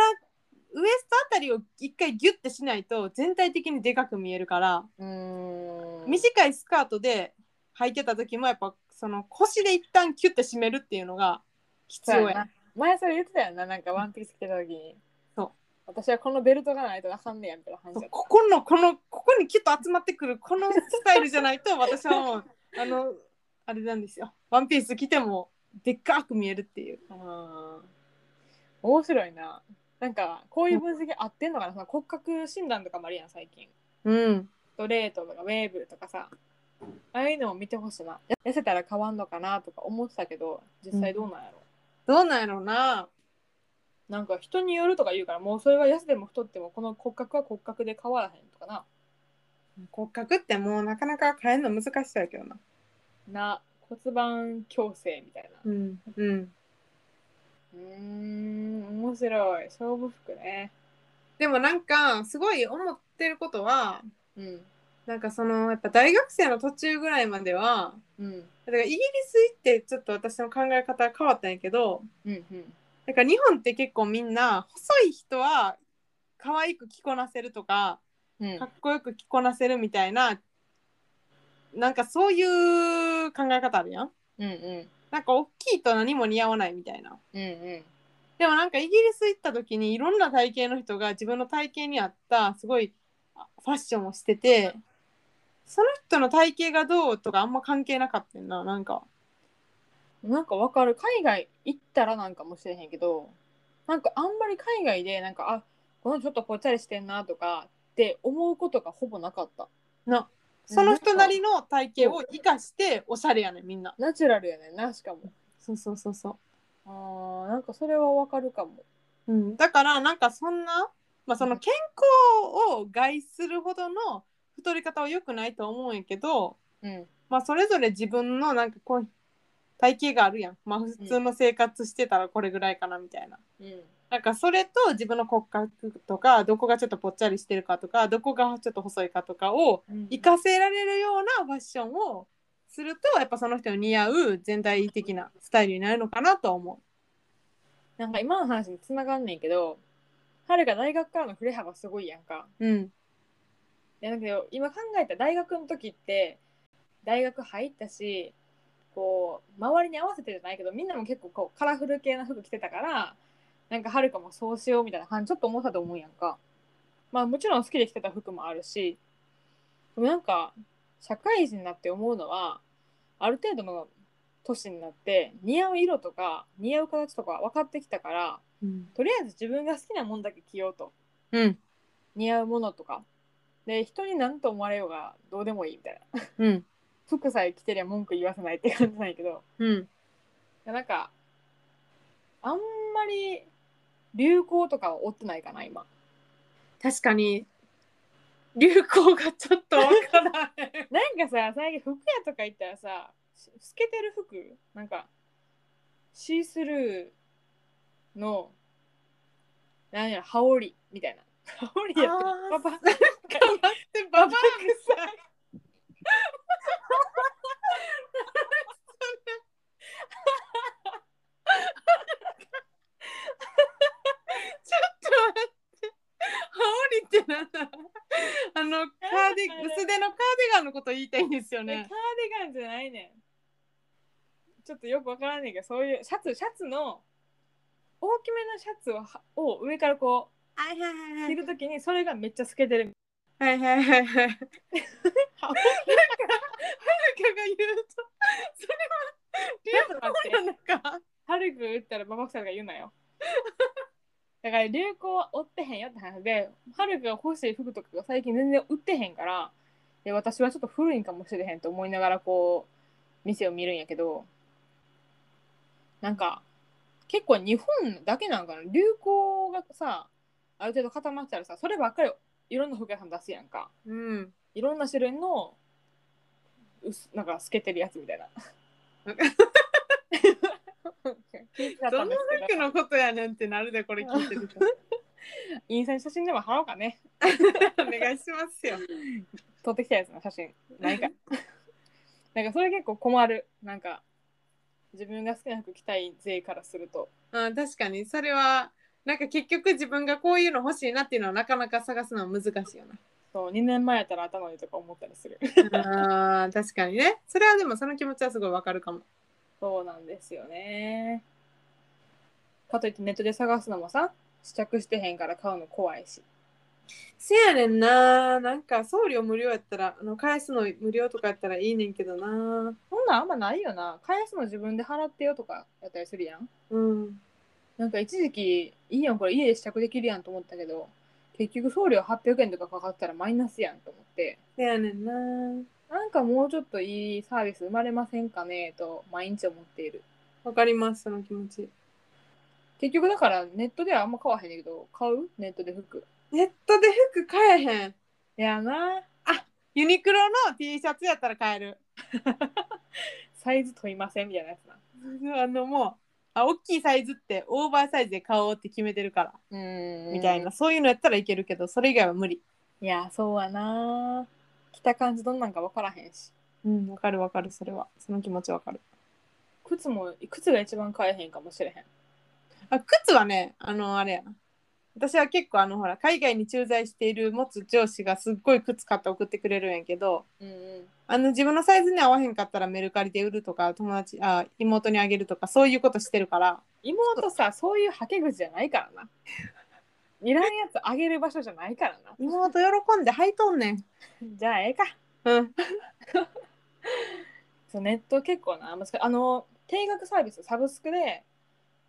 B: ウエストあたりを一回ギュッてしないと全体的にでかく見えるから
A: うーん
B: 短いスカートで履いてた時もやっぱその腰で一旦キュッて締めるっていうのが必要やな
A: 前それ言ってたよななんかワンピース着てた時に
B: そう
A: 私はこのベルトがないとあかんねやみたいな話だった
B: ここのこのここにキュッと集まってくるこのスタイルじゃないと私はもうあのあれなんですよワンピース着てもでっかく見えるっていう
A: あー面白いな。なんかこういう分析合ってんのかな、その骨格診断とかもあるやん最近
B: うん
A: ストレートとかウェーブとかさああいうのを見てほしいなや痩せたら変わんのかなとか思ってたけど実際どうなんやろ、
B: どうなんやろうな
A: なんか人によるとか言うからもうそれは痩せても太ってもこの骨格は骨格で変わらへんとかな
B: 骨格ってもうなかなか変えるの難しそうやけどな
A: な骨盤矯正みたいな
B: うんうん
A: うーん面白い勝負服ね
B: でもなんかすごい思ってることは
A: うん
B: なんかそのやっぱ大学生の途中ぐらいまでは
A: うん
B: だからイギリス行ってちょっと私の考え方変わったんやけど
A: うんうん
B: だから日本って結構みんな細い人は可愛く着こなせるとか
A: うん
B: かっこよく着こなせるみたいななんかそういう考え方あるやん
A: うんうん
B: なんか大きいと何も似合わないみたいな
A: うんうん
B: でもなんかイギリス行った時にいろんな体型の人が自分の体型に合ったすごいファッションをしててその人の体型がどうとかあんま関係なかったんななんか
A: なんかわかる海外行ったらなんかもしれへんけどなんかあんまり海外でなんかあこのちょっとぽっちゃりしてんなとかって思うことがほぼなかった
B: その人なりの体型を生かしておしゃれやねんみんな
A: ナチュラルやねんなしかも
B: そうそうそうそう
A: あーなんかそれはわかるかも
B: うん、だからなんかそんな、まあ、その健康を害するほどの太り方は良くないと思うんやけど、
A: うん
B: まあ、それぞれ自分のなんかこう体型があるやん、まあ、普通の生活してたらこれぐらいかなみたいな。
A: うん
B: なんかそれと自分の骨格とかどこがちょっとぽっちゃりしてるかとかどこがちょっと細いかとかを活かせられるようなファッションをするとやっぱその人に似合う全体的なスタイルになるのかなとは思
A: なんか今の話に繋がんねんけど春が大学からの振れ幅すごいやんか
B: う。うん、
A: いやだけど今考えたら大学の時って大学入ったしこう周りに合わせてじゃないけどみんなも結構こうカラフル系な服着てたからなんかはるかもそうしようみたいな感じちょっと思ったと思うやんかまあもちろん好きで着てた服もあるしでもなんか社会人になって思うのはある程度の年になって似合う色とか似合う形とか分かってきたから
B: うん
A: とりあえず自分が好きなもんだけ着ようと
B: うん
A: 似合うものとかで人に何と思われようがどうでもいいみたいな
B: うん
A: 服さえ着てりゃ文句言わせないって感じなんやけどい
B: うん
A: やなんかあんまり流行とかは追ってないかな今
B: 確かに流行がちょっとわからへん
A: なんかさ最近服屋とか行ったらさし透けてる服なんかシースルーのなんや羽織みたいな羽織やってる
B: あ
A: パ
B: ー
A: パ
B: でババアくさいちょっと待って羽織ってなんだあ
A: な
B: のカーデ
A: んだあれ
B: 薄手のカーディガンのこと言いたいんですよ
A: ね、カーディ
B: ね
A: ガンじゃないねんちょっとよくわからんねんけどそういうシャツシャツの大きめのシャツをはを上からこ
B: はいはい
A: 着
B: う
A: るときにそれがめっちゃ透けてる
B: はいはいはいはい。なんか、はやかが言うと、
A: ちょっと待って
B: それの中、
A: ハルク打ったらババクサが言うなよ。 だから流行は追ってへんよって話で、ハルクが欲しい服とかが最近全然売ってへんから、で私はちょっと古いんかもしれへんと思いながらこう、店を見るんやけど、なんか、結構日本だけなんかな流行がさ、ある程度固まったらさ、そればっかりいろんな服屋さん出すやんか。
B: うん。
A: いろんな種類の、薄なんか透けてるやつみたいな。聞いてなか
B: ど
A: ったん
B: ん
A: で
B: な
A: すけど
B: 服のことやねんってなるで、これ聞いてる人。
A: インスタに写真でも貼ろうかね。
B: お願いしますよ。
A: 撮ってきたやつの写真。ないか。なんかそれ結構困る。なんか、自分が好きな服着たい勢からすると。
B: うん、確かに、それは、なんか結局自分がこういうの欲しいなっていうのはなかなか探すのは難し いよ
A: そう、2年前やったら頭にとか思ったりする。
B: な。あー確かにね。それはでもその気持ちはすごいわかるかも。
A: そうなんですよね。かといってネットで探すのもさ、試着してへんから買うの怖いし。
B: せやねんな。なんか送料無料やったら、あの返すの無料とかやったらいいねんけどな。
A: そんなんあんまないよな。返すの自分で払ってよとかやったりするやん。
B: うん。
A: なんか一時期、いいやん、これ家で試着できるやんと思ったけど、結局送料800円とかかかったらマイナスやんと思って、
B: せやねんな。
A: なんかもうちょっといいサービス生まれませんかねと毎日思っている。
B: わかります、その気持ち。
A: 結局だからネットではあんま買わへんねんけど、買うネットで服。
B: ネットで服買えへん。
A: いやな、
B: ユニクロの T シャツやったら買える。
A: サイズ問いませんみたいなやつな。
B: あのもう、あ、大きいサイズってオーバーサイズで買おうって決めてるから、
A: うん
B: みたいな、。そういうのやったらいけるけど、それ以外は無理。
A: いや、そうやな。着た感じどんなんかわからへんし。
B: うん、わかるわかる、それは。その気持ちわかる。
A: 靴も、靴が一番買えへんかもしれへん。
B: あ、靴はね、あの、あれやな。私は結構あのほら海外に駐在している持つ上司がすっごい靴買って送ってくれるんやけど
A: うんうん。
B: あの自分のサイズに合わへんかったらメルカリで売るとか友達あ妹にあげるとかそういうことしてるから
A: 妹さ、そういうはけ口じゃないからな。いらんやつあげる場所じゃないからな。
B: 妹喜んで履いとんねん。
A: じゃあええか。
B: うん。
A: そうネット結構な難しいあの定額サービスサブスクで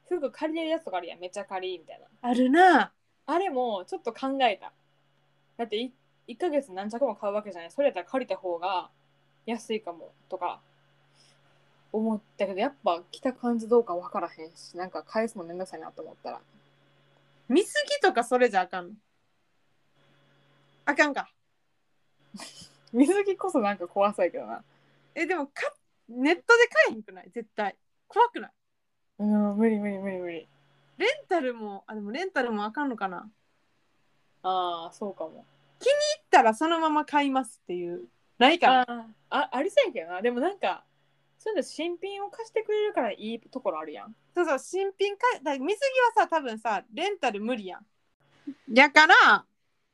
A: 服借りれるやつとかあるやんめちゃ借りみたいな
B: あるな。
A: あれもちょっと考えただってい1ヶ月何着も買うわけじゃないそれやったら借りた方が安いかもとか思ったけどやっぱ着た感じどうか分からへんしなんか返すのめんどくさいなと思ったら
B: 見すぎとかそれじゃあかんの。あかんか。
A: 水着こそなんか怖そうやけどな
B: え、でもか、ネットで買えへんくない絶対。怖くない。
A: うん無理無理無理無理
B: レンタルも、あ、でもレンタルもあかんのかな。行っ
A: ああそうかも
B: たらそのまま買いますっていう。ないか
A: あ
B: ら。
A: ーあありそうやけどなでもなんかそういうの新品を貸してくれるからいいところあるやん
B: そうそう、新品か、だ水着はさ、多分さ、レンタル無理やん。やから、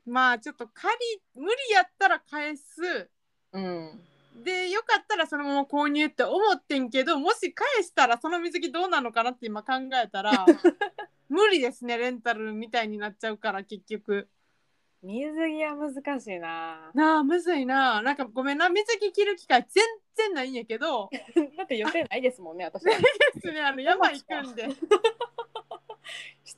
B: まあちょっと借り、無理やったら返す。
A: うん
B: でよかったらそのまま購入って思ってんけどもし返したらその水着どうなのかなって今考えたら無理ですねレンタルみたいになっちゃうから結局
A: 水着は難しいな
B: なあむずいなあなんかごめんな水着着る機会全然ないんやけど
A: だって予定ないですもんね私 は
B: ですねあの山行くんで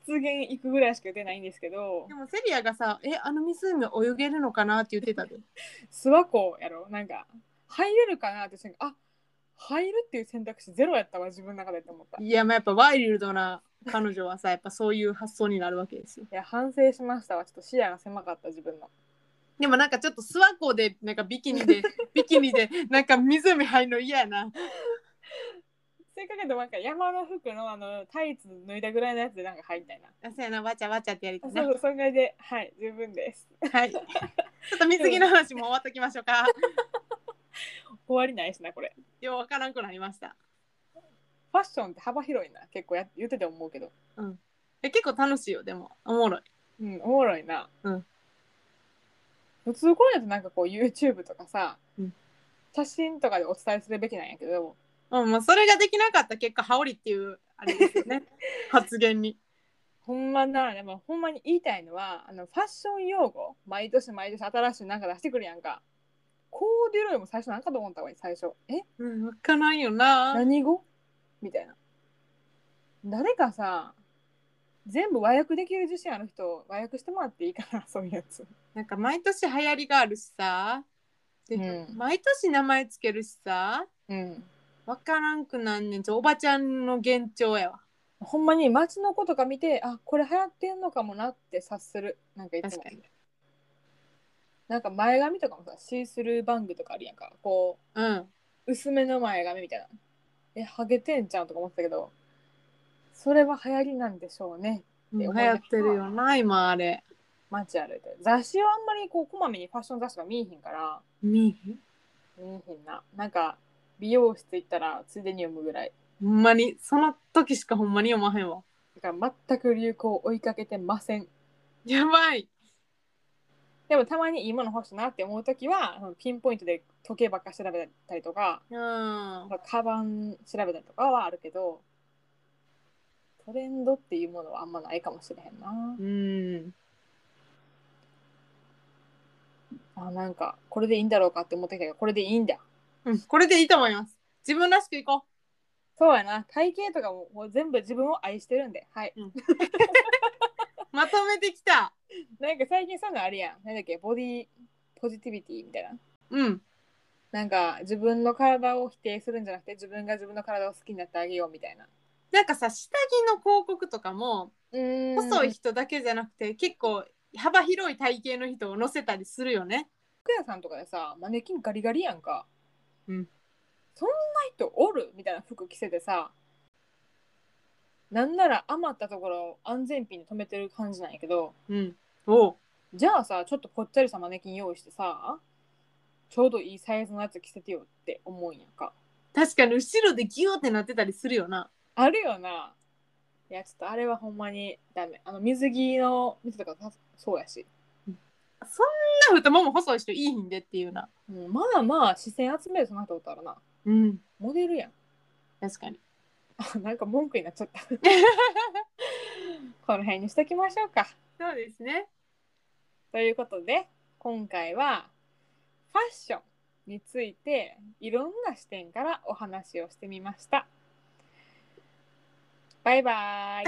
A: 出現行くぐらいしか予定ないんですけど
B: でもセリアがさ「えあの湖泳げるのかな?」って言ってたで
A: 諏訪湖やろなんか入れるかなって瞬間あ入るっていう選択肢ゼロやったわ自分の中でって思ったい
B: いやまあやっぱワイルドな彼女はさやっぱそういう発想になるわけですよ
A: や反省しましたわちょっと視野が狭かった自分の
B: でもなんかちょっと諏訪湖でなんかビキニでビキニでなんか湖入るの嫌やな
A: せっかくでもなんか山の服のあのタイツ脱いだぐらいのやつでなんか入りたいな
B: あそうやな、わちゃわちゃってやりた
A: あ
B: い
A: そ
B: な。
A: うそんぐらいではい十分です
B: はい。ちょっと水着の話も終わっときましょうか。
A: 終わりないしなこれ
B: ようわからんくなりました。
A: ファッションって幅広いな結構や言ってて思うけど
B: え、結構楽しいよ、でも。おもろい。
A: うん、おもろいな。
B: うん
A: 普通こういうのってなんかこう YouTube とかさ、
B: うん
A: 写真とかでお伝えするべきなんやけど、
B: うん、もうそれができなかった結果、羽織っていう、あれですよね。発言に。
A: ほんまな、でもほんまに言いたいのは、あのファッション用語、毎年毎年新しいなんか出してくるやんか。コーデュロイも最初なんかと思ったわ、最初。え
B: うん、わからんよな。
A: 何語みたいな。誰かさ、全部和訳できる自信ある人、和訳してもらっていいかな、そういうやつ。
B: なんか毎年流行りがあるしさ。で、
A: うん
B: 毎年名前つけるしさ。
A: うん。
B: わからんくなんねんちょおばちゃんの幻聴やわ。
A: ほんまに街の子とか見て、あ、これ流行ってんのかもなって察する。なんかいつ
B: 確
A: も
B: か。に。
A: なんか前髪とかもさ、シースルーバングとかあるやんか。こう、
B: うん。
A: 薄めの前髪みたいな。え、ハゲてんちゃんとか思ってたけど、それは流行りなんでしょうね。
B: 流行ってるよな、今あれ。
A: 街歩いて。雑誌はあんまりこう、こまめにファッション雑誌が見えへんから、
B: 見えへん
A: 見えへんな。なんか、美容室行ったら、ついでに読むぐらい。
B: ほんまに、その時しかほんまに読まへんわ。
A: だから全く流行を追いかけてません。
B: やばい。
A: でもたまにいいもの欲しいなって思うときは、あのピンポイントで時計ばっか調べたりとか、
B: うん。
A: カバン調べたりとかはあるけど、トレンドっていうものはあんまないかもしれへんな。
B: うん。
A: あなんかこれでいいんだろうかって思ってきたけどこれでいいんだ
B: うん、これでいいと思います。自分らしくいこ。
A: そうやな体型とかももう全部自分を愛してるんではいう
B: まとめてきた。
A: なんか最近そういうのあるやんなんだっけボディポジティビティみたいな
B: うん。
A: なんか自分の体を否定するんじゃなくて自分が自分の体を好きになってあげようみたいな
B: なんかさ、下着の広告とかも、
A: うん
B: 細い人だけじゃなくて、結構幅広い体型の人を乗せたりするよね。
A: 服屋さんとかでさマネキンガリガリやんか
B: うん
A: そんな人おるみたいな服着せてさなんなら余ったところを安全ピンで止めてる感じなんやけど
B: うん。おう。
A: じゃあさ、ちょっとぽっちゃりしたマネキン用意してさ、ちょうどいいサイズのやつ着せてよって思うんやんか。
B: 確かに後ろでギューってなってたりするよな。
A: あるよな。いや、ちょっとあれはほんまにダメ。あの、水着の水とかさそうやし。
B: そんな太もも細い人いいんでっていうな。
A: うん、まあまあ、視線集めるそのな人おったらな。
B: うん。
A: モデルやん。
B: 確かに。
A: あ なんか文句になっちゃった。この辺にしときましょうか。
B: そうですね。
A: ということで、今回はファッションについていろんな視点からお話をしてみました。バイバイ。